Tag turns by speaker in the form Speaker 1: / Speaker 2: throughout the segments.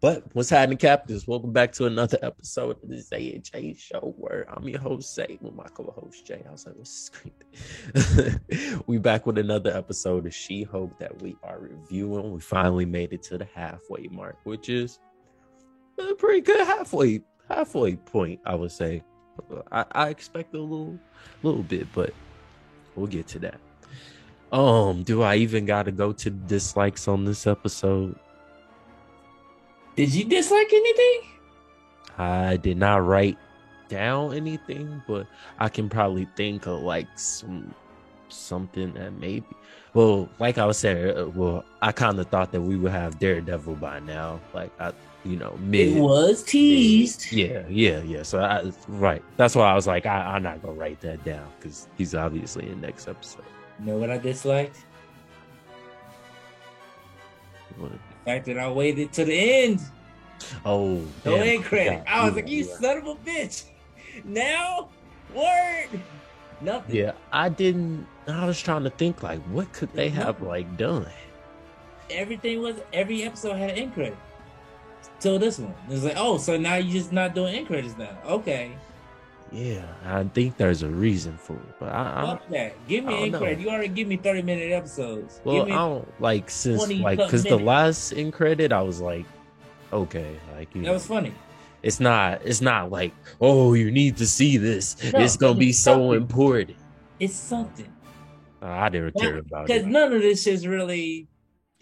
Speaker 1: But what's happening, Captains? Welcome back to another episode of the Zay and Jay Show, where I'm your host Zay with my co-host Jay. I was like, what's screen? we back with another episode of She Hope that we are reviewing. We finally made it to the halfway mark, which is a pretty good halfway halfway point, I would say. I, I expect a little little bit, but we'll get to that. Um, do I even gotta go to dislikes on this episode?
Speaker 2: Did you dislike anything?
Speaker 1: I did not write down anything, but I can probably think of like some something that maybe. Well, like I was saying, uh, well, I kind of thought that we would have Daredevil by now. Like I, you know, mid.
Speaker 2: It was teased.
Speaker 1: Yeah, yeah, yeah. So I right. That's why I was like, I, I'm not gonna write that down because he's obviously in next episode.
Speaker 2: You know what I disliked?
Speaker 1: What?
Speaker 2: The fact that I waited to the end.
Speaker 1: Oh,
Speaker 2: No
Speaker 1: damn,
Speaker 2: end credit.
Speaker 1: forgot.
Speaker 2: I was
Speaker 1: Yeah,
Speaker 2: like, you
Speaker 1: yeah.
Speaker 2: son of a bitch. Now, word. Nothing.
Speaker 1: Yeah, I didn't. I was trying to think like, what could they have like done?
Speaker 2: Everything was, every episode had an end credit. Till this one. It's like, oh, so now you're just not doing end credits now. Okay.
Speaker 1: Yeah, I think there's a reason for it, but I, I don't,
Speaker 2: Fuck that. Give
Speaker 1: I
Speaker 2: me
Speaker 1: don't
Speaker 2: end
Speaker 1: know.
Speaker 2: credit. You already give me 30 minute episodes.
Speaker 1: well,
Speaker 2: give
Speaker 1: I
Speaker 2: me
Speaker 1: don't like since
Speaker 2: 20
Speaker 1: like
Speaker 2: plus
Speaker 1: because the
Speaker 2: minutes.
Speaker 1: last in credit, I was like, okay, like you
Speaker 2: That
Speaker 1: know,
Speaker 2: was funny.
Speaker 1: it's not, it's not like, oh, you need to see this.
Speaker 2: No,
Speaker 1: it's gonna be
Speaker 2: it's
Speaker 1: so
Speaker 2: something.
Speaker 1: important.
Speaker 2: It's something.
Speaker 1: Uh, I didn't
Speaker 2: Yeah,
Speaker 1: care about
Speaker 2: Because
Speaker 1: it.
Speaker 2: none of this is really.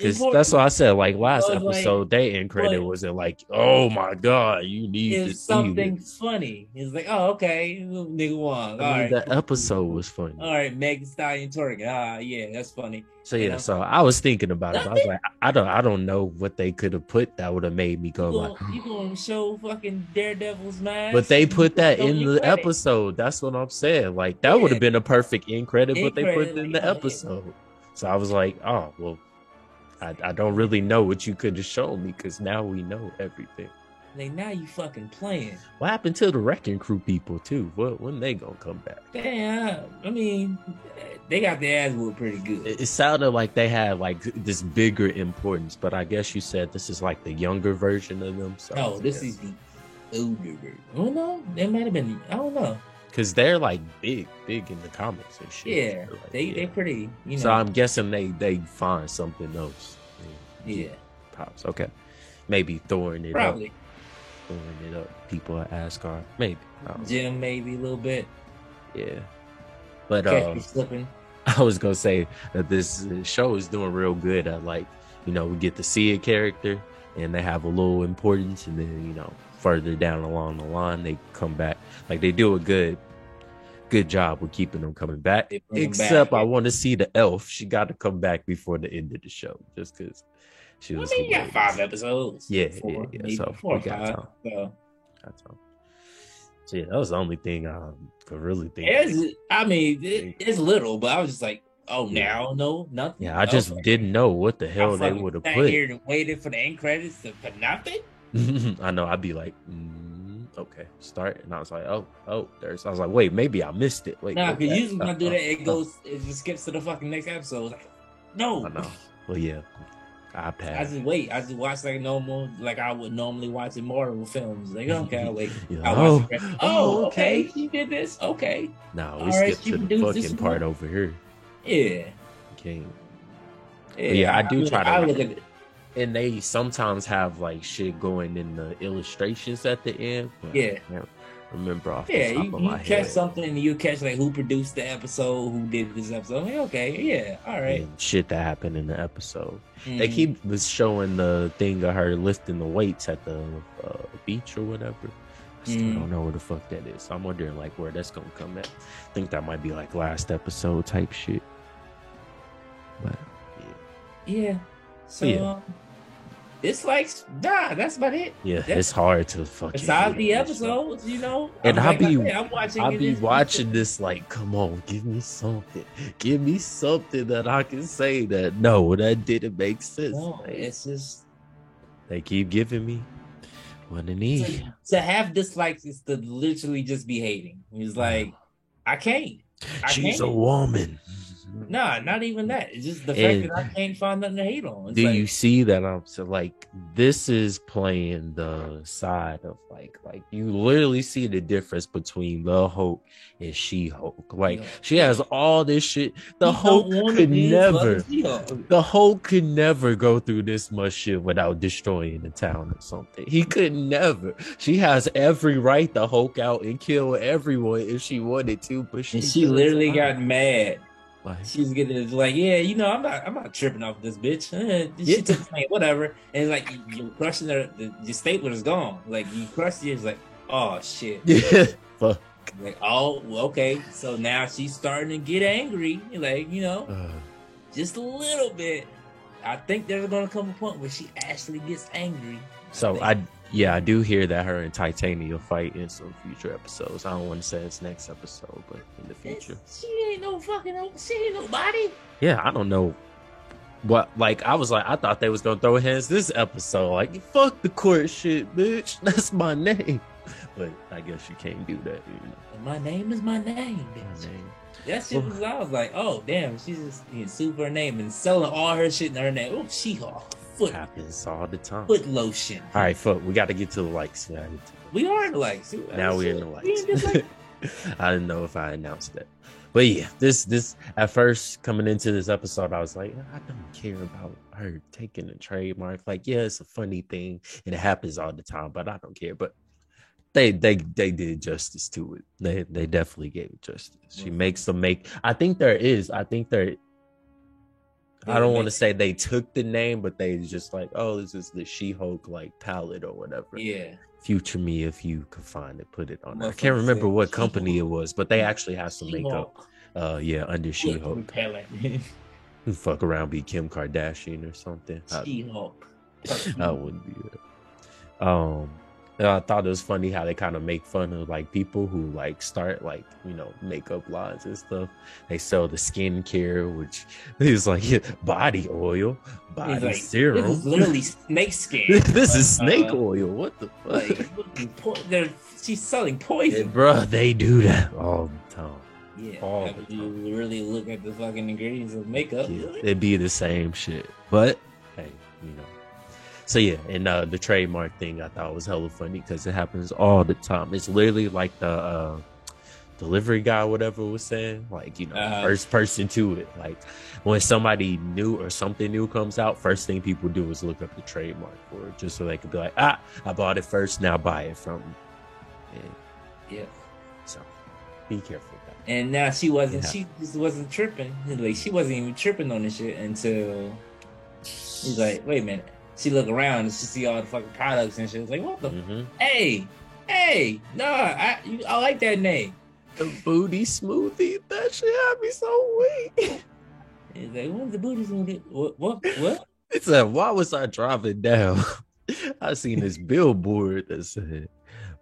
Speaker 1: 'Cause
Speaker 2: important.
Speaker 1: that's what I said. Like last
Speaker 2: So it's like-
Speaker 1: episode, they in credit
Speaker 2: but-
Speaker 1: wasn't like, oh my god, you need to
Speaker 2: is
Speaker 1: see
Speaker 2: something
Speaker 1: this.
Speaker 2: funny. It's like, oh, okay, nigga Wong. All
Speaker 1: I mean,
Speaker 2: right,
Speaker 1: the episode was funny.
Speaker 2: all right, Meg Thee Stallion Toric. Ah, yeah, that's funny.
Speaker 1: So
Speaker 2: You
Speaker 1: yeah,
Speaker 2: know?
Speaker 1: so I was thinking about it. but I was
Speaker 2: Nothing.
Speaker 1: like, I I don't, I don't know what they could have put that would have made me go
Speaker 2: You
Speaker 1: like.
Speaker 2: gonna, you gonna show fucking Daredevil's mind?
Speaker 1: Oh, But they put that in the
Speaker 2: credit.
Speaker 1: episode. That's what I'm saying. Like that would have
Speaker 2: Yeah.
Speaker 1: been a perfect end credit,
Speaker 2: End
Speaker 1: but they put
Speaker 2: credit,
Speaker 1: it in
Speaker 2: like,
Speaker 1: the
Speaker 2: oh, yeah.
Speaker 1: episode. So I was like, oh well, I, I don't really know what you could have shown me because now we know everything.
Speaker 2: Like now you fucking playing.
Speaker 1: What happened to the wrecking crew people too? What when they gonna come back?
Speaker 2: Damn. I mean, they got their ass whooped pretty good.
Speaker 1: It, it sounded like they had like this bigger importance, but I guess you said this is like the younger version of them. So
Speaker 2: no, Oh, this is the older version. Oh no, they might have been. I don't know.
Speaker 1: because they're like big, big in the comics and shit.
Speaker 2: Yeah,
Speaker 1: So, like,
Speaker 2: they
Speaker 1: yeah.
Speaker 2: they pretty. You know.
Speaker 1: So I'm guessing they they find something else.
Speaker 2: yeah,
Speaker 1: Pops. Okay. Maybe throwing it up.
Speaker 2: probably
Speaker 1: Throwing it up. People at Asgard. Maybe. I don't know.
Speaker 2: Jim maybe a little bit.
Speaker 1: Yeah. But
Speaker 2: Catch
Speaker 1: uh,
Speaker 2: me slipping.
Speaker 1: I was gonna say that this show is doing real good at like, you know, we get to see a character and they have a little importance and then, you know, further down along the line they come back. Like they do a good good job with keeping them coming back.
Speaker 2: They bring 'em back,
Speaker 1: Except I
Speaker 2: yeah.
Speaker 1: want to see the elf. She got to come back before the end of the show, just because she
Speaker 2: I
Speaker 1: was.
Speaker 2: mean, you got
Speaker 1: hilarious.
Speaker 2: five episodes.
Speaker 1: Yeah, yeah,
Speaker 2: four,
Speaker 1: yeah,
Speaker 2: maybe
Speaker 1: so
Speaker 2: four
Speaker 1: we
Speaker 2: or
Speaker 1: got
Speaker 2: five.
Speaker 1: time.
Speaker 2: So
Speaker 1: That's all. So yeah, that was the only thing I could really think. of.
Speaker 2: it's, I mean, it, it's little, but I was just like, oh,
Speaker 1: Yeah.
Speaker 2: now no, nothing.
Speaker 1: Yeah, I just
Speaker 2: Okay.
Speaker 1: didn't know what the
Speaker 2: I
Speaker 1: hell they
Speaker 2: fucking
Speaker 1: would have
Speaker 2: sat
Speaker 1: put.
Speaker 2: here and waited for the end credits to, for nothing.
Speaker 1: I know. I'd be like, mm, okay, start, and I was like, oh, oh, there's. I was like, wait, maybe I missed it. Wait,
Speaker 2: Nah,
Speaker 1: what's
Speaker 2: because
Speaker 1: that?
Speaker 2: usually when I
Speaker 1: Uh,
Speaker 2: do
Speaker 1: uh,
Speaker 2: that, it
Speaker 1: uh.
Speaker 2: goes, it just skips to the fucking next episode. Like, no,
Speaker 1: I know. Well, yeah, I
Speaker 2: I
Speaker 1: passed.
Speaker 2: just wait. I just watch like normal, like I would normally watch in Marvel films. Like, okay, I'll wait.
Speaker 1: You know,
Speaker 2: I watch
Speaker 1: oh,
Speaker 2: the rest. Oh, okay. She did this. Okay.
Speaker 1: No, we
Speaker 2: All right,
Speaker 1: skipped
Speaker 2: you
Speaker 1: to
Speaker 2: can
Speaker 1: the
Speaker 2: do this
Speaker 1: fucking part over here.
Speaker 2: Yeah.
Speaker 1: Okay.
Speaker 2: Yeah,
Speaker 1: But yeah, I do
Speaker 2: look-
Speaker 1: try to.
Speaker 2: I
Speaker 1: like-
Speaker 2: look at it.
Speaker 1: and they sometimes have like shit going in the illustrations at the end. but I
Speaker 2: Yeah.
Speaker 1: can't remember off
Speaker 2: Yeah,
Speaker 1: the top
Speaker 2: you,
Speaker 1: of
Speaker 2: you
Speaker 1: my
Speaker 2: catch
Speaker 1: head.
Speaker 2: something and you catch like who produced the episode, who did this episode. I'm like, okay, yeah, all right.
Speaker 1: and shit that happened in the episode. They
Speaker 2: Mhm.
Speaker 1: keep was showing the thing of her lifting the weights at the uh, beach or whatever. I still
Speaker 2: Mm.
Speaker 1: don't know where the fuck that is. I'm wondering like where that's gonna come at. I think that might be like last episode type shit. But
Speaker 2: Mm, yeah. So
Speaker 1: Yeah.
Speaker 2: um, it's like nah, that's about it.
Speaker 1: yeah,
Speaker 2: That's-
Speaker 1: it's hard to fucking.
Speaker 2: Besides the
Speaker 1: read this stuff.
Speaker 2: episodes, you know.
Speaker 1: And
Speaker 2: I'm
Speaker 1: I be-
Speaker 2: like I said, I'm watching.
Speaker 1: I
Speaker 2: it
Speaker 1: be
Speaker 2: this-
Speaker 1: watching this like, come on, give me something, give me something that I can say that no, that didn't make sense.
Speaker 2: No,
Speaker 1: Like,
Speaker 2: Oh, it's just
Speaker 1: they keep giving me what I need.
Speaker 2: to, to have dislikes is to literally just be hating. It's like I can't. Mm-hmm. I
Speaker 1: She's
Speaker 2: can't.
Speaker 1: a woman.
Speaker 2: Nah, not even that. It's just the fact
Speaker 1: And-
Speaker 2: that I can't find nothing to hate on. It's
Speaker 1: Do
Speaker 2: like,
Speaker 1: you see that I'm so like this is playing the side of like like you literally see the difference between the Hulk and She Hulk. Like
Speaker 2: Yeah.
Speaker 1: she has all this shit. The
Speaker 2: you don't
Speaker 1: Hulk
Speaker 2: wanna
Speaker 1: could
Speaker 2: be as loved
Speaker 1: never
Speaker 2: as he are.
Speaker 1: the Hulk could never go through this much shit without destroying the town or something. He could never. She has every right to Hulk out and kill everyone if she wanted to, but she
Speaker 2: And she literally got mad.
Speaker 1: like,
Speaker 2: She's getting it's like, yeah, you know, I'm not, I'm not tripping off this bitch. Eh,
Speaker 1: Yeah.
Speaker 2: she took the pain, whatever. And it's like you- you're crushing her. The, your stapler is gone. Like you crushed it. It's like, oh shit.
Speaker 1: yeah, fuck.
Speaker 2: Like, oh, well, okay. So now she's starting to get angry. Like, you know,
Speaker 1: Uh,
Speaker 2: just a little bit. I think there's gonna come a point where she actually gets angry.
Speaker 1: So
Speaker 2: think.
Speaker 1: I yeah, I do hear that her and Titania fight in some future episodes. I don't want to say it's next episode, but in the
Speaker 2: It's-
Speaker 1: future.
Speaker 2: She ain't no fucking. She ain't nobody.
Speaker 1: Yeah, I don't know what like I was like I thought they was gonna throw hands this episode. Like fuck the court shit, bitch. That's my name. But I guess you can't do that, you know.
Speaker 2: And my name is my name,
Speaker 1: My
Speaker 2: bitch.
Speaker 1: name.
Speaker 2: That shit was. I was like, oh damn, she's just you know, super her name and selling all her shit in her name. Oh, she hawk foot
Speaker 1: happens all the time.
Speaker 2: foot lotion.
Speaker 1: all right, fuck. We got to get to the likes. We gotta get to the
Speaker 2: We are in the likes.
Speaker 1: now we're in the
Speaker 2: We dislike.
Speaker 1: lights. I didn't know if I announced that, but yeah, this this at first coming into this episode, I was like, I don't care about her taking the trademark. Like, yeah, it's a funny thing, and it happens all the time, but I don't care. But they they they did justice to it. They they definitely gave it justice. She
Speaker 2: Mhm.
Speaker 1: makes them make. I think there is. I think there. I don't want to say they took the name, but they just like, oh, this is the She-Hulk like palette or whatever
Speaker 2: Yeah,
Speaker 1: future me if you could find it put it on there. i
Speaker 2: Motherfucker
Speaker 1: can't remember
Speaker 2: said
Speaker 1: what
Speaker 2: She-Hulk.
Speaker 1: company it was but they actually have some
Speaker 2: she
Speaker 1: makeup
Speaker 2: hawk
Speaker 1: uh yeah under
Speaker 2: foot
Speaker 1: she-hulk
Speaker 2: repellent.
Speaker 1: fuck around be kim kardashian or something I,
Speaker 2: She hawk.
Speaker 1: I wouldn't be that. um and i thought it was funny how they kind of make fun of like people who like start like you know makeup lines and stuff they sell the skincare which is like yeah, body oil body
Speaker 2: like,
Speaker 1: serum
Speaker 2: This is literally snake skin.
Speaker 1: this is
Speaker 2: Uh,
Speaker 1: snake oil what the fuck
Speaker 2: Like, fucking po- they're, she's selling poison.
Speaker 1: Bruh, they do that all the time.
Speaker 2: Yeah,
Speaker 1: all
Speaker 2: like,
Speaker 1: the
Speaker 2: you
Speaker 1: time.
Speaker 2: really look at the fucking ingredients of makeup.
Speaker 1: Yeah, it'd be the same shit. But hey, you know. So yeah, and uh, the trademark thing I thought was hella funny because it happens all the time. It's literally like the uh, delivery guy, whatever was saying, like you know,
Speaker 2: Uh-huh.
Speaker 1: first person to it. Like when somebody new or something new comes out, first thing people do is look up the trademark for it, just so they could be like, ah, I bought it first, now buy it from. Me. And
Speaker 2: Yeah.
Speaker 1: so, be careful. with that.
Speaker 2: And now she wasn't.
Speaker 1: Yeah.
Speaker 2: She just wasn't tripping. Like she wasn't even tripping on this shit until she's like, "Wait a minute." She look around and she see all the fucking products and shit. It's like, "What the?
Speaker 1: Mhm.
Speaker 2: Hey, hey, no, I you, I like that name."
Speaker 1: The booty smoothie, that shit had me so weak.
Speaker 2: It's like, "When's the booty gonna get? What? What? What?"
Speaker 1: It said, why was I driving down? I seen this billboard that said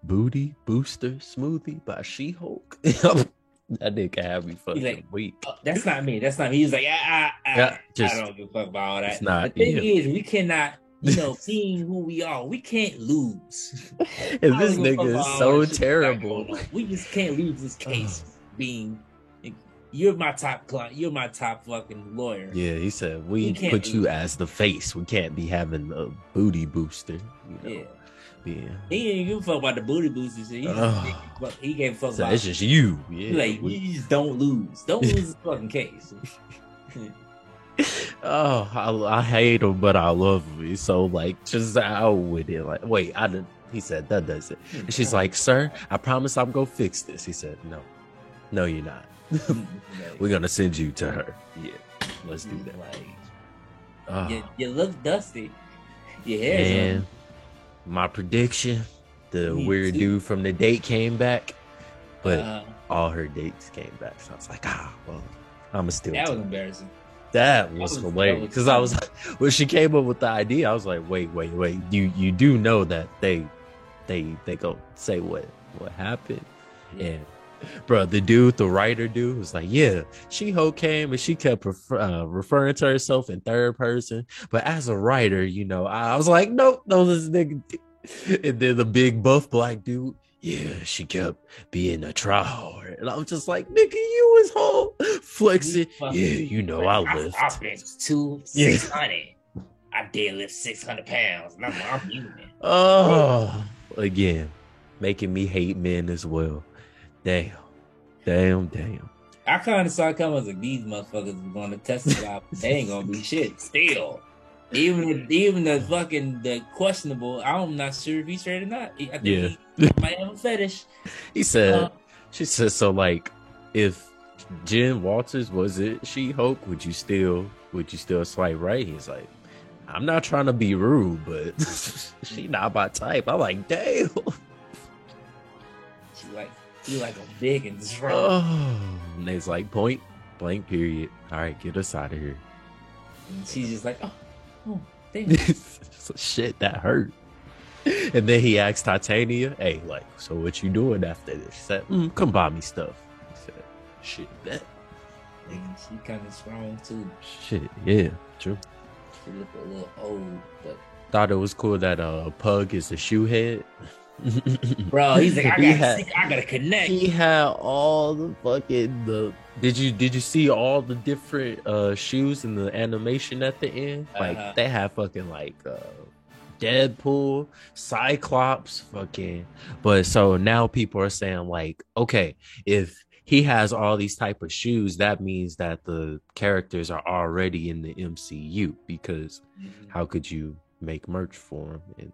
Speaker 1: booty booster smoothie by She-Hulk. that nigga had me fucking
Speaker 2: like,
Speaker 1: weak.
Speaker 2: Oh, that's not me. That's not me. He's like, "I, I, I,
Speaker 1: Yeah, just-
Speaker 2: I don't give a fuck about all that."
Speaker 1: It's not
Speaker 2: the thing
Speaker 1: him.
Speaker 2: is, we cannot. You know, being who we are, we can't lose.
Speaker 1: And
Speaker 2: I
Speaker 1: this
Speaker 2: don't give a fuck
Speaker 1: nigga
Speaker 2: about
Speaker 1: is
Speaker 2: all
Speaker 1: so
Speaker 2: that shit you got going
Speaker 1: terrible.
Speaker 2: on. We just can't lose this case. being, you're my top client. You're my top fucking lawyer.
Speaker 1: Yeah, he said we
Speaker 2: We can't
Speaker 1: put you
Speaker 2: lose.
Speaker 1: as the face. We can't be having a booty booster. You know,
Speaker 2: Yeah.
Speaker 1: yeah.
Speaker 2: He didn't give a fuck about the booty boots and shit. He,
Speaker 1: Ugh.
Speaker 2: just, he gave a fuck
Speaker 1: So
Speaker 2: about
Speaker 1: it's just you.
Speaker 2: He
Speaker 1: Yeah,
Speaker 2: like
Speaker 1: we-
Speaker 2: you just don't lose. Don't lose the fucking case.
Speaker 1: Oh, I, I hate him, but I love him. He's so like just out with it. Like, wait, I didn't. He said that does it. And she's like, sir, I promise I'm gonna fix this. He said, no, no, you're not. We're gonna send you to her. Yeah, let's do that.
Speaker 2: Like,
Speaker 1: Oh,
Speaker 2: you, you look dusty. Your hair's
Speaker 1: man,
Speaker 2: on.
Speaker 1: my prediction: the
Speaker 2: Me
Speaker 1: weird
Speaker 2: too.
Speaker 1: dude from the date came back, but
Speaker 2: Uh,
Speaker 1: all her dates came back. So I was like, ah, well, I'ma still.
Speaker 2: that was
Speaker 1: take it."
Speaker 2: embarrassing.
Speaker 1: That was
Speaker 2: was- that
Speaker 1: hilarious
Speaker 2: was
Speaker 1: because I
Speaker 2: funny.
Speaker 1: was when she came up with the idea, I was like, wait, wait, wait. You you do know that they they they go say what what happened, and bro, the dude, the writer dude, was like, yeah, she ho came and she kept refer- uh, referring to herself in third person, but as a writer, you know, I, I was like, nope, no, this nigga. And then the big buff black dude, yeah, she kept being a tryhard. And I'm just like, nigga, you was whole flexing. Yeah, you know I lift.
Speaker 2: I, I bench two
Speaker 1: Yeah.
Speaker 2: six hundred. I deadlift six hundred pounds, and I'm, I'm human.
Speaker 1: Oh, again, making me hate men as well. Damn, damn, damn.
Speaker 2: I kind of saw it coming as like these motherfuckers going to testify. but they ain't gonna be shit still. Even even the fucking the questionable. I'm not sure if he's straight or not. I think
Speaker 1: Yeah.
Speaker 2: he might have a fetish.
Speaker 1: He said,
Speaker 2: Uh,
Speaker 1: she said, so like, if Jen Walters was it She Hulk, would you still, would you still swipe right? He's like, I'm not trying to be rude, but she not my type. I'm like, damn.
Speaker 2: she like you like a big and strong.
Speaker 1: Oh, and it's like point blank period. All right, get us out of here.
Speaker 2: And she's just like, oh, oh, damn.
Speaker 1: So, Shit, that hurt. And then he asked Titania, "Hey, like, so what you doing after this?" She said, mm, "Come buy me stuff." I said, "Shit, bet,
Speaker 2: And she kind of strong too.
Speaker 1: shit, yeah, true."
Speaker 2: She look a little old, but
Speaker 1: Thought it was cool that uh, Pug is a shoe head.
Speaker 2: bro, he's like, I
Speaker 1: He
Speaker 2: gotta,
Speaker 1: had-
Speaker 2: see- I gotta connect.
Speaker 1: he had all the fucking the. Did you did you see all the different uh shoes in the animation at the end? Like
Speaker 2: Uh-huh.
Speaker 1: they have fucking like uh Deadpool, Cyclops, fucking. But so now people are saying like, okay, if he has all these type of shoes, that means that the characters are already in the MCU because
Speaker 2: Mm-hmm.
Speaker 1: how could you make merch for them and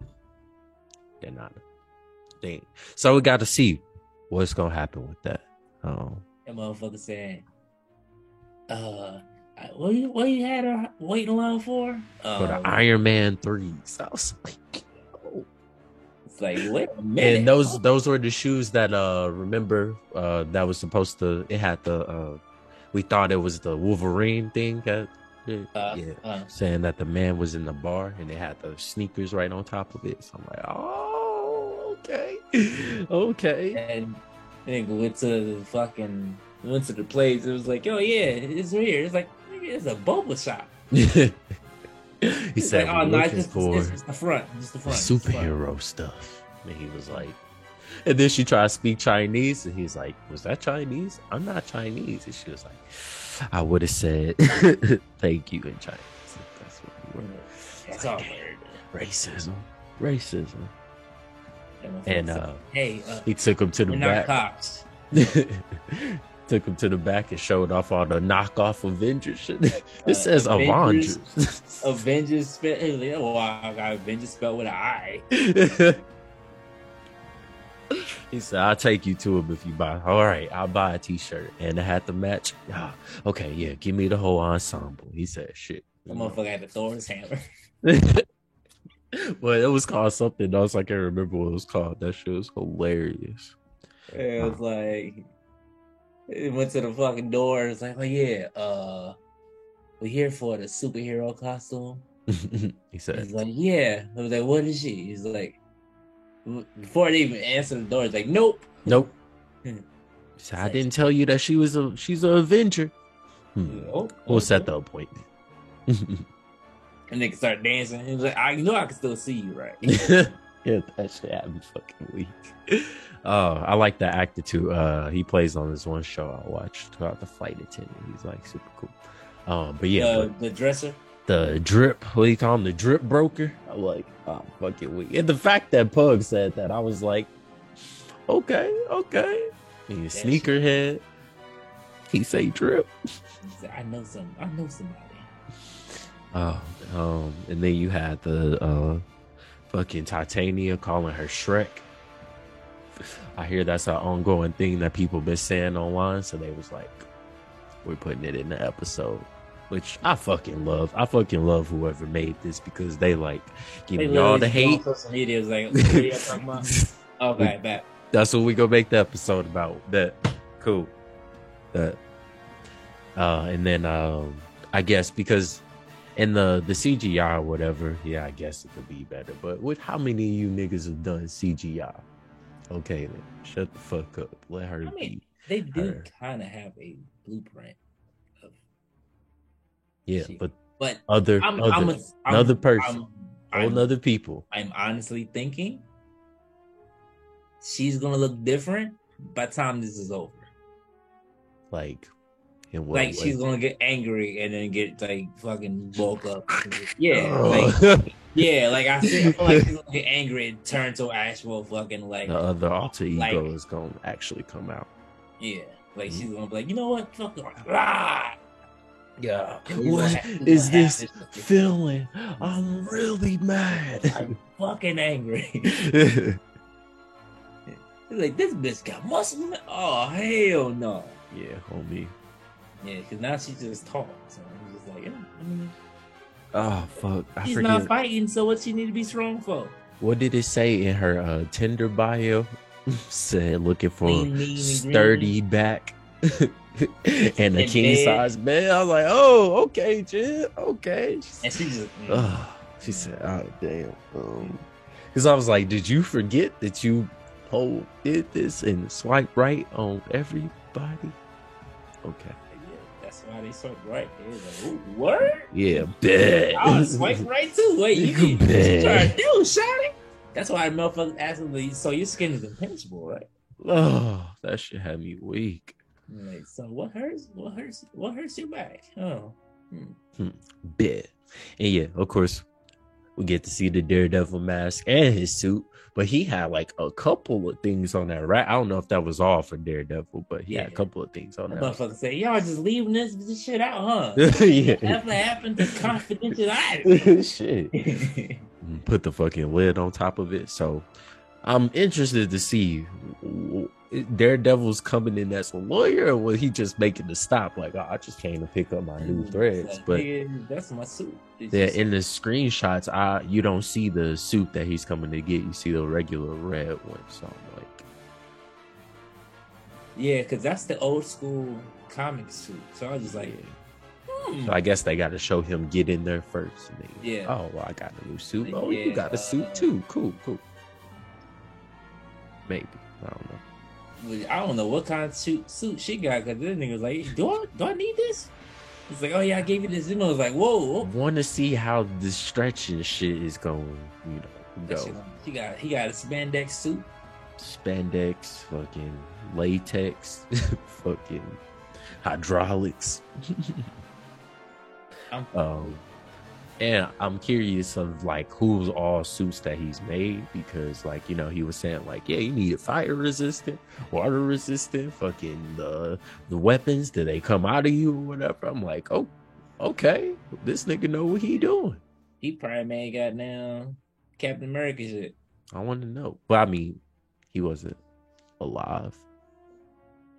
Speaker 1: they're not a thing so we got to see what's gonna happen with that um
Speaker 2: That motherfucker said, uh, I- what you, what you had her waiting around for?
Speaker 1: for the
Speaker 2: Um,
Speaker 1: iron man threes i was like oh.
Speaker 2: It's like, wait a minute.
Speaker 1: and those those were the shoes that uh remember uh that was supposed to it had the uh we thought it was the wolverine thing that
Speaker 2: Uh,
Speaker 1: yeah
Speaker 2: uh,
Speaker 1: saying that the man was in the bar and they had the sneakers right on top of it so i'm like oh okay okay
Speaker 2: and nigga went to the fucking went to the place. It was like, oh yeah, it's here. It's like nigga, it's a boba shop.
Speaker 1: he
Speaker 2: It's
Speaker 1: said,
Speaker 2: like, "Oh,
Speaker 1: "We're
Speaker 2: no,
Speaker 1: looking
Speaker 2: it's just,
Speaker 1: for
Speaker 2: it's just the front, just the front, just the front."
Speaker 1: superhero stuff. And he was like, and then she tried to speak Chinese, and he's like, "Was that Chinese? I'm not Chinese." And she was like, "I would have said thank you in Chinese. if That's what we were.
Speaker 2: That's all.
Speaker 1: Racism, racism."
Speaker 2: motherfucker
Speaker 1: And
Speaker 2: said,
Speaker 1: uh,
Speaker 2: hey, uh,
Speaker 1: he took him to the
Speaker 2: we're not
Speaker 1: back.
Speaker 2: cops.
Speaker 1: took him to the back and showed off all the knockoff Avengers shit. it
Speaker 2: Uh,
Speaker 1: says
Speaker 2: Avengers-
Speaker 1: Avengers.
Speaker 2: Avengers spell. it was like, Oh, wow, I got Avengers spelled with an I.
Speaker 1: he said, I'll take you to him if you buy. All right, I'll buy a t shirt and I had to match. Ah, okay, yeah, give me the whole ensemble. He said, shit.
Speaker 2: That motherfucker had the Thor's hammer.
Speaker 1: Well, it was called something else. I can't remember what it was called. That shit was hilarious.
Speaker 2: It was like, it went to the fucking door. It's like, oh yeah, uh, we're here for the superhero costume.
Speaker 1: he said,
Speaker 2: He's like, yeah. I was like, what is she? He's like, before they even answer the door, it's like, nope.
Speaker 1: Nope.
Speaker 2: Hmm.
Speaker 1: He said, I didn't tell you that she was a she's a Avenger. Hmm.
Speaker 2: Nope.
Speaker 1: We'll set the appointment.
Speaker 2: And they can start dancing. He's like, I know I can still see you, right?
Speaker 1: yeah, that shit had me fucking weak. Oh, I like that actor too. Uh, he plays on this one show I watched about the flight attendant. He's like super cool. Um, but yeah,
Speaker 2: the,
Speaker 1: but
Speaker 2: Uh, the dresser.
Speaker 1: the drip. What do you call him? The drip broker. I'm like, oh, fucking weak. And the fact that Pug said that, I was like, okay, okay. And
Speaker 2: shit.
Speaker 1: sneakerhead. He say drip.
Speaker 2: He's like, I know some. I know somebody.
Speaker 1: Oh, um, and then you had the uh, fucking Titania calling her Shrek. I hear that's an ongoing thing that people been saying online, so they was like, "We're putting it in the episode," which I fucking love. I fucking love whoever made this because they like
Speaker 2: They
Speaker 1: giving all
Speaker 2: literally
Speaker 1: the
Speaker 2: just go
Speaker 1: hate.
Speaker 2: on Social media is like, what are you talking about? Okay, bet.
Speaker 1: that's what we gonna make the episode about. That cool. That uh and then um I guess because in the the CGI or whatever, yeah, I guess it could be better. But what how many of you niggas have done CGI? Okay then. Shut the fuck up. Let her
Speaker 2: I mean,
Speaker 1: be.
Speaker 2: they do
Speaker 1: Her.
Speaker 2: kind of have a blueprint, of,
Speaker 1: Yeah,
Speaker 2: she-
Speaker 1: but
Speaker 2: but
Speaker 1: other
Speaker 2: I'm,
Speaker 1: other
Speaker 2: I'm, a, I'm
Speaker 1: another person.
Speaker 2: I'm,
Speaker 1: whole
Speaker 2: I'm,
Speaker 1: other people.
Speaker 2: I'm honestly thinking she's gonna look different by the time this is over.
Speaker 1: Like, in what
Speaker 2: Like
Speaker 1: way?
Speaker 2: she's gonna get angry and then get like fucking bulk up. Yeah,
Speaker 1: Oh.
Speaker 2: like yeah, like I feel, I feel like she's gonna get angry and turn to actual fucking like
Speaker 1: the other alter ego
Speaker 2: like-
Speaker 1: is gonna actually come out.
Speaker 2: yeah, like she's gonna be like, you know what, fuck, it. rah!
Speaker 1: Yeah.
Speaker 2: And we
Speaker 1: Uh-huh. What
Speaker 2: gonna have- we
Speaker 1: is
Speaker 2: gonna have
Speaker 1: this feeling? I'm really mad.
Speaker 2: I'm fucking angry.
Speaker 1: yeah.
Speaker 2: He's like, this bitch got muscle. man. Oh hell no.
Speaker 1: Homie.
Speaker 2: Yeah, because now she just talks. So I'm just like, yeah, I mean,
Speaker 1: Oh fuck. I
Speaker 2: she's
Speaker 1: forget.
Speaker 2: not fighting, so what she need to be strong for?
Speaker 1: what did it say in her uh, Tinder bio? Said looking for
Speaker 2: Lean, mean, and
Speaker 1: sturdy back and a
Speaker 2: And
Speaker 1: king
Speaker 2: big.
Speaker 1: size bed. I was like, oh, okay, chill, okay.
Speaker 2: green. And she just, mm.
Speaker 1: Ugh. She said, oh, damn. Because I was like, did you forget that you oh, did this and swipe right on everybody? Okay.
Speaker 2: yeah, that's why they swipe right. They was like, Ooh, what?
Speaker 1: Yeah, bet.
Speaker 2: I would swipe right too. Wait,
Speaker 1: You
Speaker 2: you,
Speaker 1: can
Speaker 2: you, you
Speaker 1: bet.
Speaker 2: trying to do, shawty? That's why motherfuckers ask me, so your skin is impenetrable, right?
Speaker 1: oh, that shit had me weak.
Speaker 2: I'm like, so what hurts? What hurts? What hurts your back? Oh,
Speaker 1: Bet. And yeah, of course, we get to see the Daredevil mask and his suit, but he had like a couple of things on that, right? I don't know if that was all for Daredevil, but he had a
Speaker 2: Yeah.
Speaker 1: couple of things on
Speaker 2: that
Speaker 1: that.
Speaker 2: motherfucker say, y'all just leaving this, this shit out, huh?
Speaker 1: yeah.
Speaker 2: Nothing happened to confidential items.
Speaker 1: shit.
Speaker 2: yeah,
Speaker 1: put the fucking lid on top of it. So I'm interested to see w- w- Daredevil's coming in as a lawyer, or was he just making the stop? Like, oh, I just came to pick up my new
Speaker 2: Mm,
Speaker 1: threads.
Speaker 2: Like,
Speaker 1: But
Speaker 2: nigga, that's my suit. It's
Speaker 1: yeah,
Speaker 2: just-
Speaker 1: in the screenshots, I you don't see the suit that he's coming to get. You see the regular red one. So I'm like,
Speaker 2: yeah, because that's the old school comic suit. So I was just like,
Speaker 1: yeah.
Speaker 2: hmm.
Speaker 1: so I guess they got to show him get in there first. And then,
Speaker 2: Yeah.
Speaker 1: Oh, well, I got a new suit. Oh, you
Speaker 2: Yeah,
Speaker 1: got a suit
Speaker 2: uh,
Speaker 1: too. Cool, cool. Maybe I don't know.
Speaker 2: Like, I don't know what kind of suit, suit she got because this nigga was like, do I, do I need this? It's like, oh yeah, I gave you this. You know, it's like, whoa, whoa.
Speaker 1: want to see how the stretching shit is going, you know,
Speaker 2: That shit-
Speaker 1: go.
Speaker 2: She got he got a spandex suit.
Speaker 1: Spandex, fucking latex, fucking hydraulics.
Speaker 2: I'm-
Speaker 1: um, and I'm curious of like who's all suits that he's made because, like, you know, he was saying like, yeah, you needed fire resistant, water resistant, fucking the the weapons. Do they come out of you or whatever? I'm like, oh, okay, this nigga know what he doing.
Speaker 2: He probably man got now Captain America shit.
Speaker 1: I want to know. But I mean, he wasn't alive.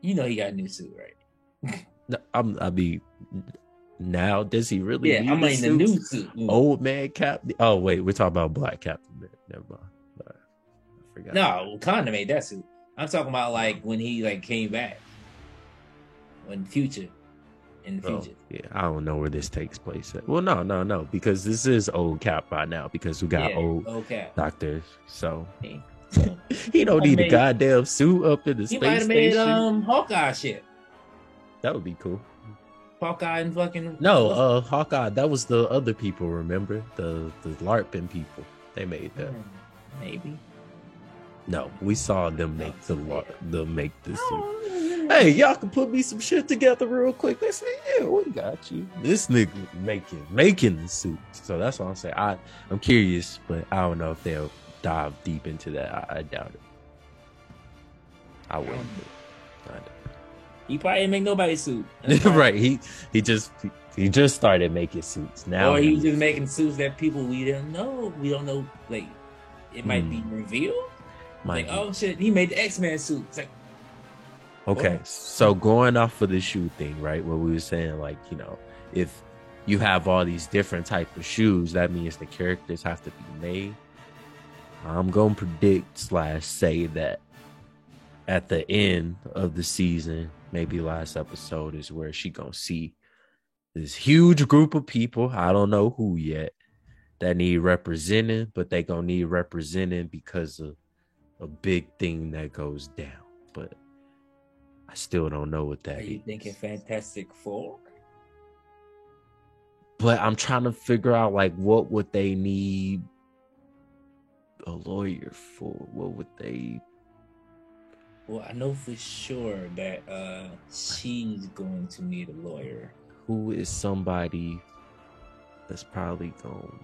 Speaker 2: You know he got a new suit, right?
Speaker 1: No, I'm. I mean, now does he really?
Speaker 2: yeah,
Speaker 1: need
Speaker 2: I'm
Speaker 1: this
Speaker 2: in the
Speaker 1: suit?
Speaker 2: new suit.
Speaker 1: old man Cap. Oh wait, we're talking about Black Captain. Man. Never mind. Sorry. I forgot.
Speaker 2: No, Wakanda made that suit. I'm talking about like when he like came back. When future. In the
Speaker 1: Oh,
Speaker 2: future.
Speaker 1: yeah, I don't know where this takes place. At. Well, no, no, no, because this is old Cap by now because we got
Speaker 2: yeah,
Speaker 1: old
Speaker 2: Okay.
Speaker 1: doctors. So
Speaker 2: Yeah.
Speaker 1: he don't
Speaker 2: I
Speaker 1: need a
Speaker 2: mean-
Speaker 1: goddamn suit up in the
Speaker 2: He
Speaker 1: space
Speaker 2: might have
Speaker 1: station.
Speaker 2: made
Speaker 1: uh,
Speaker 2: um Hawkeye shit.
Speaker 1: that would be cool.
Speaker 2: Hawkeye and fucking
Speaker 1: No, uh, Hawkeye. That was the other people. Remember the the LARPing people. They made that.
Speaker 2: Hmm, Maybe.
Speaker 1: No, we saw them make the
Speaker 2: Yeah.
Speaker 1: lar- the make this. suit.
Speaker 2: Hey.
Speaker 1: Hey, y'all can put me some shit together real quick. They say, yeah, we got you. This nigga making making the suit. So that's what I'm saying. I I'm curious, but I don't know if they'll dive deep into that. I, I doubt it. I wouldn't.
Speaker 2: Um,
Speaker 1: but I
Speaker 2: He probably didn't make nobody's suit.
Speaker 1: doubt it. right? He he just he, he just started making suits now.
Speaker 2: Or he
Speaker 1: he-
Speaker 2: was just making suits that people we don't know. We don't know. Like it might be revealed.
Speaker 1: Hmm. might
Speaker 2: Like
Speaker 1: be.
Speaker 2: oh shit, he made the X Men suit. It's like
Speaker 1: Okay,
Speaker 2: Well-
Speaker 1: so going off of the shoe thing, right? What we were saying, like you know, if you have all these different type of shoes, that means the characters have to be made. I'm gonna predict slash say that at the end of the season, maybe last episode is where she gonna see this huge group of people. I don't know who yet that need representing, but they gonna need representing because of a big thing that goes down. But I still don't know what that
Speaker 2: are
Speaker 1: is.
Speaker 2: you thinking Fantastic Four?
Speaker 1: But I'm trying to figure out like what would they need a lawyer for? What would they
Speaker 2: Well, I know for sure that uh she's going to need a lawyer.
Speaker 1: Who is somebody that's probably going?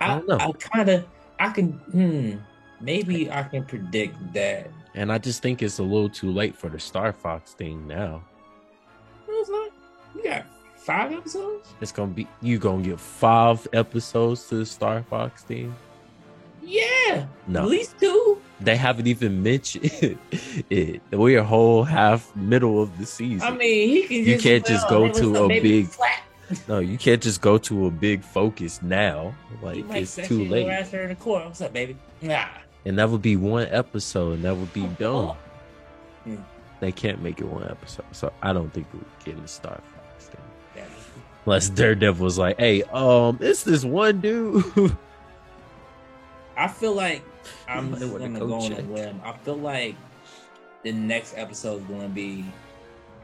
Speaker 2: I,
Speaker 1: I don't know.
Speaker 2: I kind of, I can, hmm, maybe I can predict that.
Speaker 1: And I just think it's a little too late for the Star Fox thing now.
Speaker 2: No, it's not. We got five episodes.
Speaker 1: It's gonna be you gonna get five episodes to the Star Fox thing.
Speaker 2: Yeah, at
Speaker 1: No,
Speaker 2: least two.
Speaker 1: they haven't even mentioned it. We're a whole half middle of the season.
Speaker 2: I mean, he can.
Speaker 1: You
Speaker 2: just,
Speaker 1: can't just go
Speaker 2: it was
Speaker 1: to a
Speaker 2: maybe
Speaker 1: big-
Speaker 2: flat.
Speaker 1: no, you can't just go to a big focus now.
Speaker 2: He
Speaker 1: Like
Speaker 2: might
Speaker 1: it's
Speaker 2: sexually
Speaker 1: too late.
Speaker 2: harass her in the court. What's up, baby? Nah.
Speaker 1: and that would be one episode, and that would
Speaker 2: Oh,
Speaker 1: be done.
Speaker 2: Hmm.
Speaker 1: They can't make it one episode, so I don't think we're getting the Star Fox thing.
Speaker 2: Yeah.
Speaker 1: Unless Daredevil was like, "Hey, um, it's this one dude."
Speaker 2: I feel like I'm
Speaker 1: might
Speaker 2: just
Speaker 1: wanna
Speaker 2: gonna
Speaker 1: go
Speaker 2: go on a
Speaker 1: check.
Speaker 2: whim. I feel like the next episode is gonna be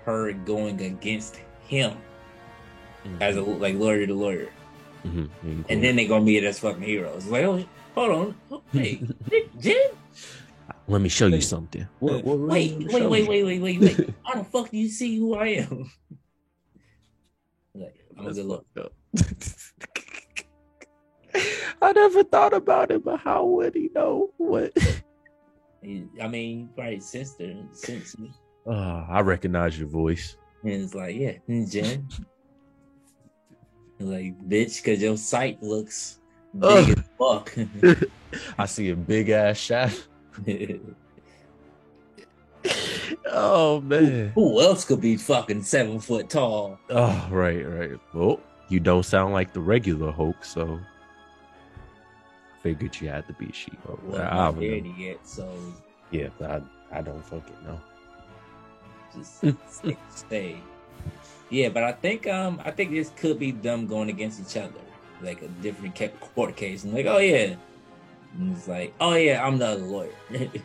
Speaker 2: her going against him as a like lawyer to lawyer,
Speaker 1: Mhm, mhm, cool.
Speaker 2: and then they're gonna be this fucking heroes. Like, oh, hold on, hey, Jim,
Speaker 1: let me show you something. What, what- what-
Speaker 2: wait,
Speaker 1: let me
Speaker 2: wait,
Speaker 1: show
Speaker 2: wait,
Speaker 1: you.
Speaker 2: wait, wait, wait, wait. How the fuck do you see who I am? like, I'm a
Speaker 1: That's
Speaker 2: good look.
Speaker 1: fucked up. I never thought about it, but how would he know what?
Speaker 2: I mean, probably sister, since me.
Speaker 1: Oh, I recognize your voice.
Speaker 2: And it's like, yeah, mm, Jen. like, bitch, because your sight looks big
Speaker 1: Ugh.
Speaker 2: as fuck.
Speaker 1: I see a big ass shadow. oh man.
Speaker 2: Who else could be fucking seven foot tall?
Speaker 1: Oh, right, right. Well, you don't sound like the regular Hulk, so I figured you had to be She Hulk.
Speaker 2: Well,
Speaker 1: I
Speaker 2: I'm
Speaker 1: don't
Speaker 2: not
Speaker 1: know.
Speaker 2: ready yet, so
Speaker 1: Yeah, I, I don't fucking know.
Speaker 2: just stay, stay. Yeah, but I think um I think this could be them going against each other, like a different ca- court case. And like, oh yeah, and it's like, oh yeah, I'm the other lawyer.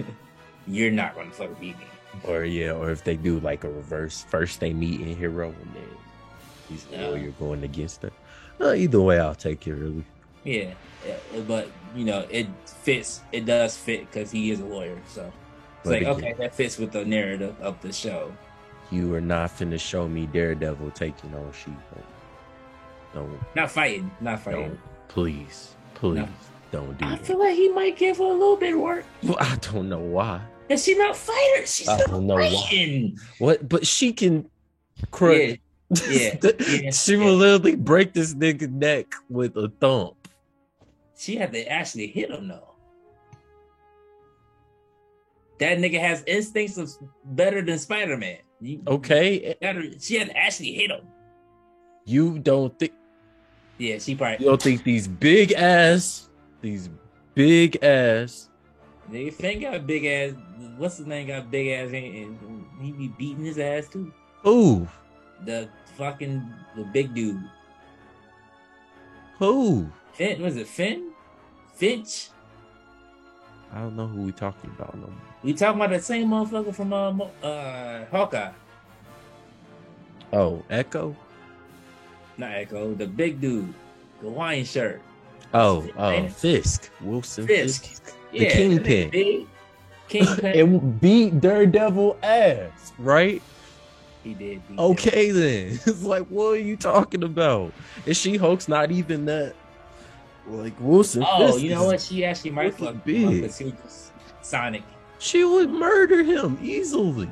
Speaker 2: You're not gonna fucking beat me.
Speaker 1: Or yeah, or if they do like a reverse, first they meet in Hero and then he's the
Speaker 2: Yeah.
Speaker 1: lawyer going against her. Uh, either way, I'll take it. Really,
Speaker 2: Yeah, yeah, but you know it fits. It does fit because he is a lawyer, so it's
Speaker 1: But
Speaker 2: like
Speaker 1: again,
Speaker 2: okay, that fits with the narrative of the show.
Speaker 1: you are not finna show me Daredevil taking on She Hulk. Don't,
Speaker 2: Not fighting, not
Speaker 1: don't,
Speaker 2: fighting.
Speaker 1: please, please,
Speaker 2: No.
Speaker 1: don't do
Speaker 2: I
Speaker 1: that.
Speaker 2: feel like he might give her a little bit of work.
Speaker 1: Well, I don't know why.
Speaker 2: Cause she's not fighter. She's
Speaker 1: I
Speaker 2: not
Speaker 1: don't know why.
Speaker 2: fighting.
Speaker 1: What? But she can crunch.
Speaker 2: Yeah, yeah, yeah,
Speaker 1: she
Speaker 2: yeah.
Speaker 1: will literally break this nigga neck with a thump.
Speaker 2: she had to actually hit him though. That nigga has instincts of better than Spider Man.
Speaker 1: Okay,
Speaker 2: she had to actually hit him.
Speaker 1: you don't think
Speaker 2: Yeah, she probably
Speaker 1: you don't think these big ass, these big ass.
Speaker 2: Nigga Finn got a big ass. What's his name? Got a big ass, and and he be beating his ass too.
Speaker 1: Who?
Speaker 2: The fucking the big dude.
Speaker 1: Who?
Speaker 2: Finn was it Finn? Finch?
Speaker 1: I don't know who we talking about no more.
Speaker 2: We talking about that same motherfucker from uh, Mo- uh Hawkeye?
Speaker 1: Oh, Echo.
Speaker 2: Not Echo. The big dude, the Hawaiian shirt.
Speaker 1: Oh,
Speaker 2: Fisk.
Speaker 1: oh, Fisk Wilson
Speaker 2: Fisk.
Speaker 1: The Kingpin.
Speaker 2: that nigga Big. Kingpin.
Speaker 1: It beat Daredevil ass, right?
Speaker 2: he did. beat them.
Speaker 1: Okay, then. It's like, what are you talking about? And She Hulk's not even that. Like, Wilson.
Speaker 2: Oh,
Speaker 1: Fisk
Speaker 2: you
Speaker 1: is-
Speaker 2: know what? She actually might
Speaker 1: Look at
Speaker 2: fuck
Speaker 1: big.
Speaker 2: because he was just Sonic.
Speaker 1: She would murder him easily.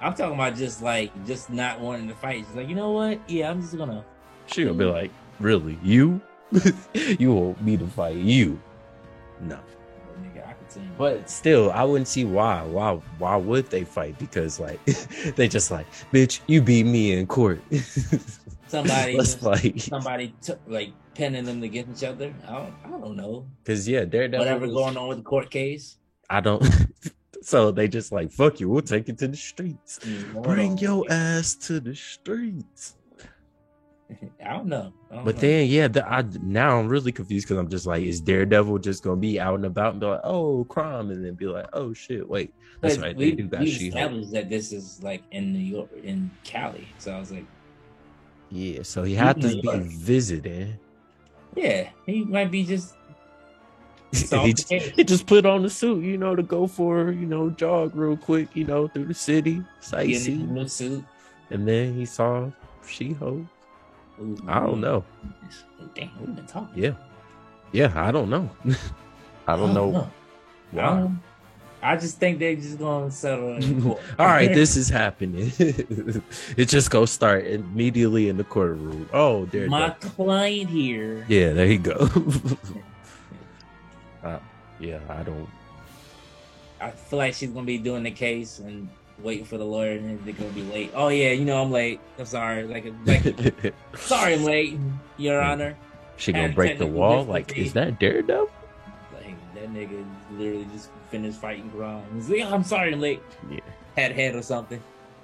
Speaker 2: I'm talking about just like just not wanting to fight. She's like, you know what? Yeah, I'm just gonna
Speaker 1: She would be
Speaker 2: Mm-hmm.
Speaker 1: like, Really? You? you want me to fight you? No.
Speaker 2: Oh, nigga, I could see him.
Speaker 1: But still, I wouldn't see why. Why why would they fight? Because like they just like, bitch, you beat me in court.
Speaker 2: somebody,
Speaker 1: Let's fight.
Speaker 2: somebody took like pinning them against each other. I don't, I don't know.
Speaker 1: Because yeah, Daredevil.
Speaker 2: Whatever
Speaker 1: was-
Speaker 2: going on with the court case.
Speaker 1: I don't so they just like, fuck you, we'll take it to the streets. Bring your ass to the streets.
Speaker 2: I don't know. I don't
Speaker 1: But
Speaker 2: know.
Speaker 1: then, yeah, the, I now I'm really confused because I'm just like, is Daredevil just gonna be out and about and be like, oh, crime, and then be like, oh shit, wait, that's
Speaker 2: But
Speaker 1: right,
Speaker 2: we,
Speaker 1: they do got
Speaker 2: we
Speaker 1: she
Speaker 2: established that this is like in New York, in Cali. So I was like,
Speaker 1: Yeah, so he had to
Speaker 2: Yeah.
Speaker 1: be visiting.
Speaker 2: yeah, he might be just
Speaker 1: And he, just, he just put on the suit, you know, to go for you know jog real quick, you know, through the city,
Speaker 2: Get in
Speaker 1: sightseeing,
Speaker 2: the suit.
Speaker 1: and then he saw She-Hulk.
Speaker 2: Ooh,
Speaker 1: I don't know.
Speaker 2: Damn, we've been talking.
Speaker 1: Yeah, yeah, I don't know. I don't know.
Speaker 2: I,
Speaker 1: Why.
Speaker 2: don't, I just think they just gonna settle. In court.
Speaker 1: All right, this is happening. it just goes start immediately in the courtroom. Oh, there. it
Speaker 2: my
Speaker 1: go.
Speaker 2: client here.
Speaker 1: Yeah, there you go. uh, yeah, I don't.
Speaker 2: I feel like she's gonna be doing the case and waiting for the lawyer, and they're gonna be late. Oh yeah, you know I'm late. I'm sorry. Like, like sorry, I'm late, Your Honor.
Speaker 1: she gonna
Speaker 2: And
Speaker 1: break the
Speaker 2: technical
Speaker 1: wall? Like,
Speaker 2: difficulty.
Speaker 1: is that Daredevil?
Speaker 2: Like that nigga literally just finished fighting Grom. He's like, "Oh, I'm sorry, I'm late.
Speaker 1: Yeah.
Speaker 2: Had head or something.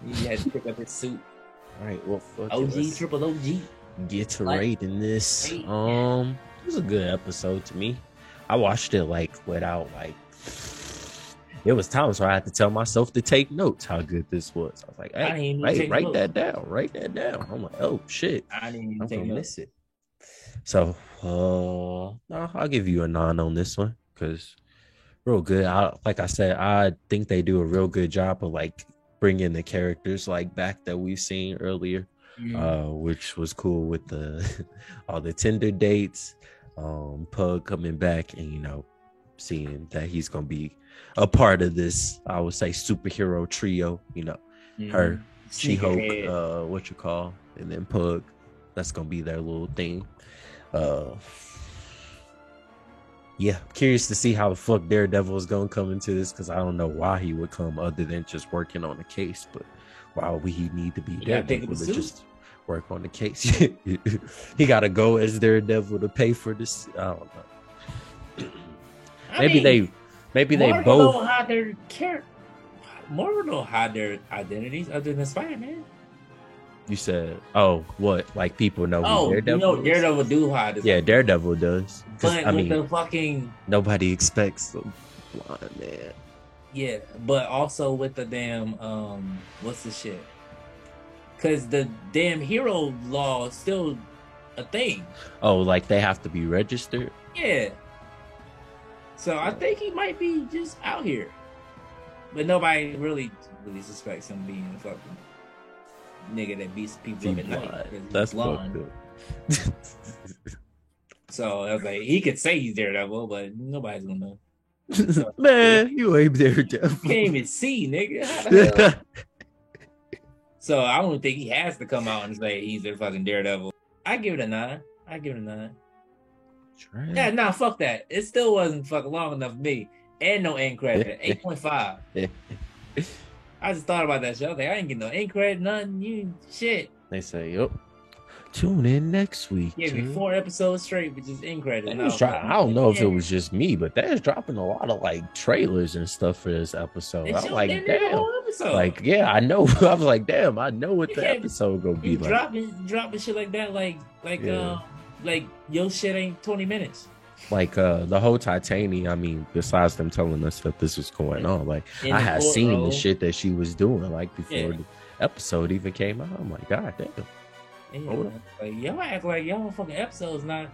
Speaker 2: He had to pick up his suit.
Speaker 1: All right, well, fuck it,
Speaker 2: OG,
Speaker 1: let's
Speaker 2: triple OG.
Speaker 1: get to
Speaker 2: Like-
Speaker 1: rating this.
Speaker 2: Hey.
Speaker 1: Um, it was a good episode to me. I watched it like without like. It was times where I had to tell myself to take notes how good this was. I was like,
Speaker 2: I
Speaker 1: hey,
Speaker 2: ain't even
Speaker 1: hey
Speaker 2: take
Speaker 1: write
Speaker 2: notes.
Speaker 1: that down, write that down. I'm like, oh shit,
Speaker 2: I didn't even
Speaker 1: I'm
Speaker 2: take
Speaker 1: gonna miss
Speaker 2: notes.
Speaker 1: it. So, uh, no, I'll give you a nine on this one because real good. I, like I said, I think they do a real good job of like bringing the characters like back that we've seen earlier,
Speaker 2: Mm.
Speaker 1: uh, which was cool with the all the Tinder dates, um, Pug coming back, and you know, seeing that he's gonna be a part of this. I would say superhero trio. You know, her, she Hulk,
Speaker 2: Mm-hmm. Sneakerhead.
Speaker 1: uh, what you call, and then Pug. That's gonna be their little thing. Uh, yeah, curious to see how the fuck Daredevil is gonna come into this because I don't know why he would come other than just working on the case. But why would he need to be
Speaker 2: He gotta pick up
Speaker 1: Daredevil
Speaker 2: the
Speaker 1: to
Speaker 2: suit.
Speaker 1: just work on the case? he gotta go as Daredevil to pay for this. I don't know.
Speaker 2: I
Speaker 1: uh, maybe
Speaker 2: mean,
Speaker 1: they, maybe they
Speaker 2: Marvel
Speaker 1: both.
Speaker 2: Don't hide their char- Marvel don't hide their identities other than Spider Man.
Speaker 1: You said, oh, what? Like people know
Speaker 2: Oh,
Speaker 1: who
Speaker 2: you
Speaker 1: Daredevil?
Speaker 2: know
Speaker 1: is?
Speaker 2: Daredevil do hide. His
Speaker 1: Yeah, Daredevil does. 'Cause,
Speaker 2: but
Speaker 1: I mean,
Speaker 2: with the fucking
Speaker 1: nobody expects a blind man.
Speaker 2: yeah, but also with the damn um, what's the shit? Because the damn hero law is still a thing.
Speaker 1: Oh, like they have to be registered.
Speaker 2: Yeah. So I think he might be just out here, but nobody really really suspects him being a fucking nigga that beats people up
Speaker 1: Be
Speaker 2: at night.
Speaker 1: blind.
Speaker 2: 'cause he's
Speaker 1: That's
Speaker 2: blonde.
Speaker 1: fucked up.
Speaker 2: So I was like, he could say he's Daredevil, but nobody's gonna know.
Speaker 1: man, you ain't
Speaker 2: You
Speaker 1: Daredevil.
Speaker 2: can't even see, nigga. How the hell?
Speaker 1: yeah,
Speaker 2: so I don't think he has to come out and say he's a fucking Daredevil. I give it a nine. I give it a nine. Yeah, nah, fuck that. It still wasn't fucking long enough for me. And no end credit. Eight point five. I just thought about that shit. I was like, I ain't get no end credit, nothing. You shit.
Speaker 1: They say, yup. Tune in next week.
Speaker 2: Gave me
Speaker 1: Jim.
Speaker 2: four episodes straight, which is end credit.
Speaker 1: They
Speaker 2: And I
Speaker 1: was
Speaker 2: was
Speaker 1: dro-
Speaker 2: like,
Speaker 1: I don't know if it
Speaker 2: yeah.
Speaker 1: was just me, but they was dropping a lot of like trailers and stuff for this episode.
Speaker 2: They
Speaker 1: I'm
Speaker 2: showed
Speaker 1: like,
Speaker 2: that nigga the
Speaker 1: damn.
Speaker 2: whole episode.
Speaker 1: Like, yeah, I know. I was like, damn, I know what
Speaker 2: You
Speaker 1: the
Speaker 2: can't-
Speaker 1: episode gonna be
Speaker 2: You
Speaker 1: like.
Speaker 2: dropping dropping shit like that, like like
Speaker 1: Yeah.
Speaker 2: uh, like your shit ain't twenty minutes.
Speaker 1: like uh the whole titanium i mean besides them telling us that this was going on like
Speaker 2: In
Speaker 1: i had
Speaker 2: court
Speaker 1: seen
Speaker 2: row.
Speaker 1: the shit that she was doing like before
Speaker 2: Yeah.
Speaker 1: the episode even came out i'm like god damn
Speaker 2: Yeah,
Speaker 1: Hold
Speaker 2: like y'all act like y'all fucking episode's not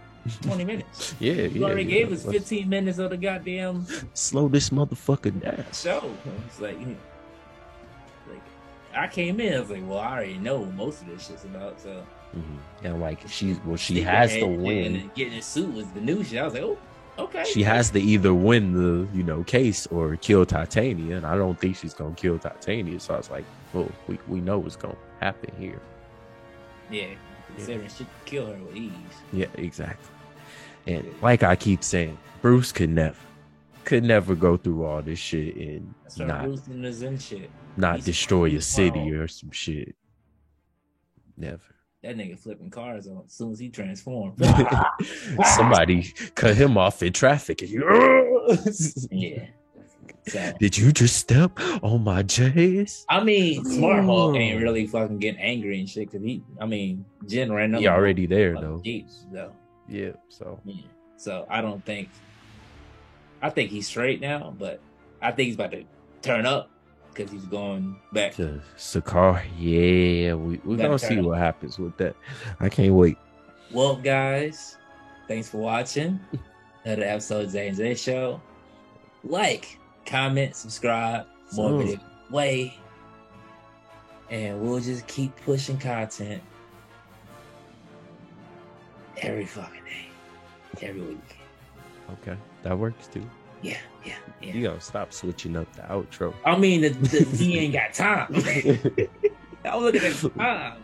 Speaker 2: twenty minutes.
Speaker 1: yeah
Speaker 2: You
Speaker 1: yeah,
Speaker 2: already
Speaker 1: yeah.
Speaker 2: gave us
Speaker 1: Let's
Speaker 2: fifteen minutes of the goddamn
Speaker 1: slow this motherfucker down
Speaker 2: show. It's like, you know, like I came in, I was like, well, I already know what most of this shit's about. So
Speaker 1: Mhm. and like she well she has to
Speaker 2: Sneakerhead and
Speaker 1: win
Speaker 2: then Getting a suit was the new shit. I was like, oh, okay.
Speaker 1: she has to either win the you know case or kill titania and i don't think she's gonna kill titania so i was like well we, we know what's gonna happen here
Speaker 2: yeah. Considering she could kill her with ease.
Speaker 1: Yeah, exactly. And like I keep saying, Bruce could never, could never go through all this shit and
Speaker 2: That's her
Speaker 1: not
Speaker 2: roots and Zen shit.
Speaker 1: not
Speaker 2: he's-
Speaker 1: destroy a
Speaker 2: he's
Speaker 1: city
Speaker 2: wild.
Speaker 1: or some shit. Never.
Speaker 2: That nigga flipping cars on as soon as he transformed.
Speaker 1: Somebody cut him off in traffic. and he-
Speaker 2: yeah. So,
Speaker 1: Did you just step on my J's?
Speaker 2: I mean, Smart Hulk
Speaker 1: Ooh.
Speaker 2: ain't really fucking getting angry and shit because he, I mean, Jen ran up.
Speaker 1: He already there
Speaker 2: fucking
Speaker 1: though.
Speaker 2: Jeeps, though.
Speaker 1: Yeah. So
Speaker 2: Uh, Yeah. So I don't think, I think he's straight now, but I think he's about to turn up because he's going back.
Speaker 1: to Sakar, yeah, we we
Speaker 2: Better
Speaker 1: gonna see
Speaker 2: turn.
Speaker 1: what happens with that. I can't wait.
Speaker 2: Well, guys, thanks for watching. another episode of Zane's Zane Show. Like, comment, subscribe, more
Speaker 1: Ooh.
Speaker 2: video way. And we'll just keep pushing content every fucking day, every week.
Speaker 1: Okay, that works too.
Speaker 2: Yeah, yeah, yeah.
Speaker 1: You gotta stop switching up the outro.
Speaker 2: I mean, the, the, he ain't got time. I'm looking at the time.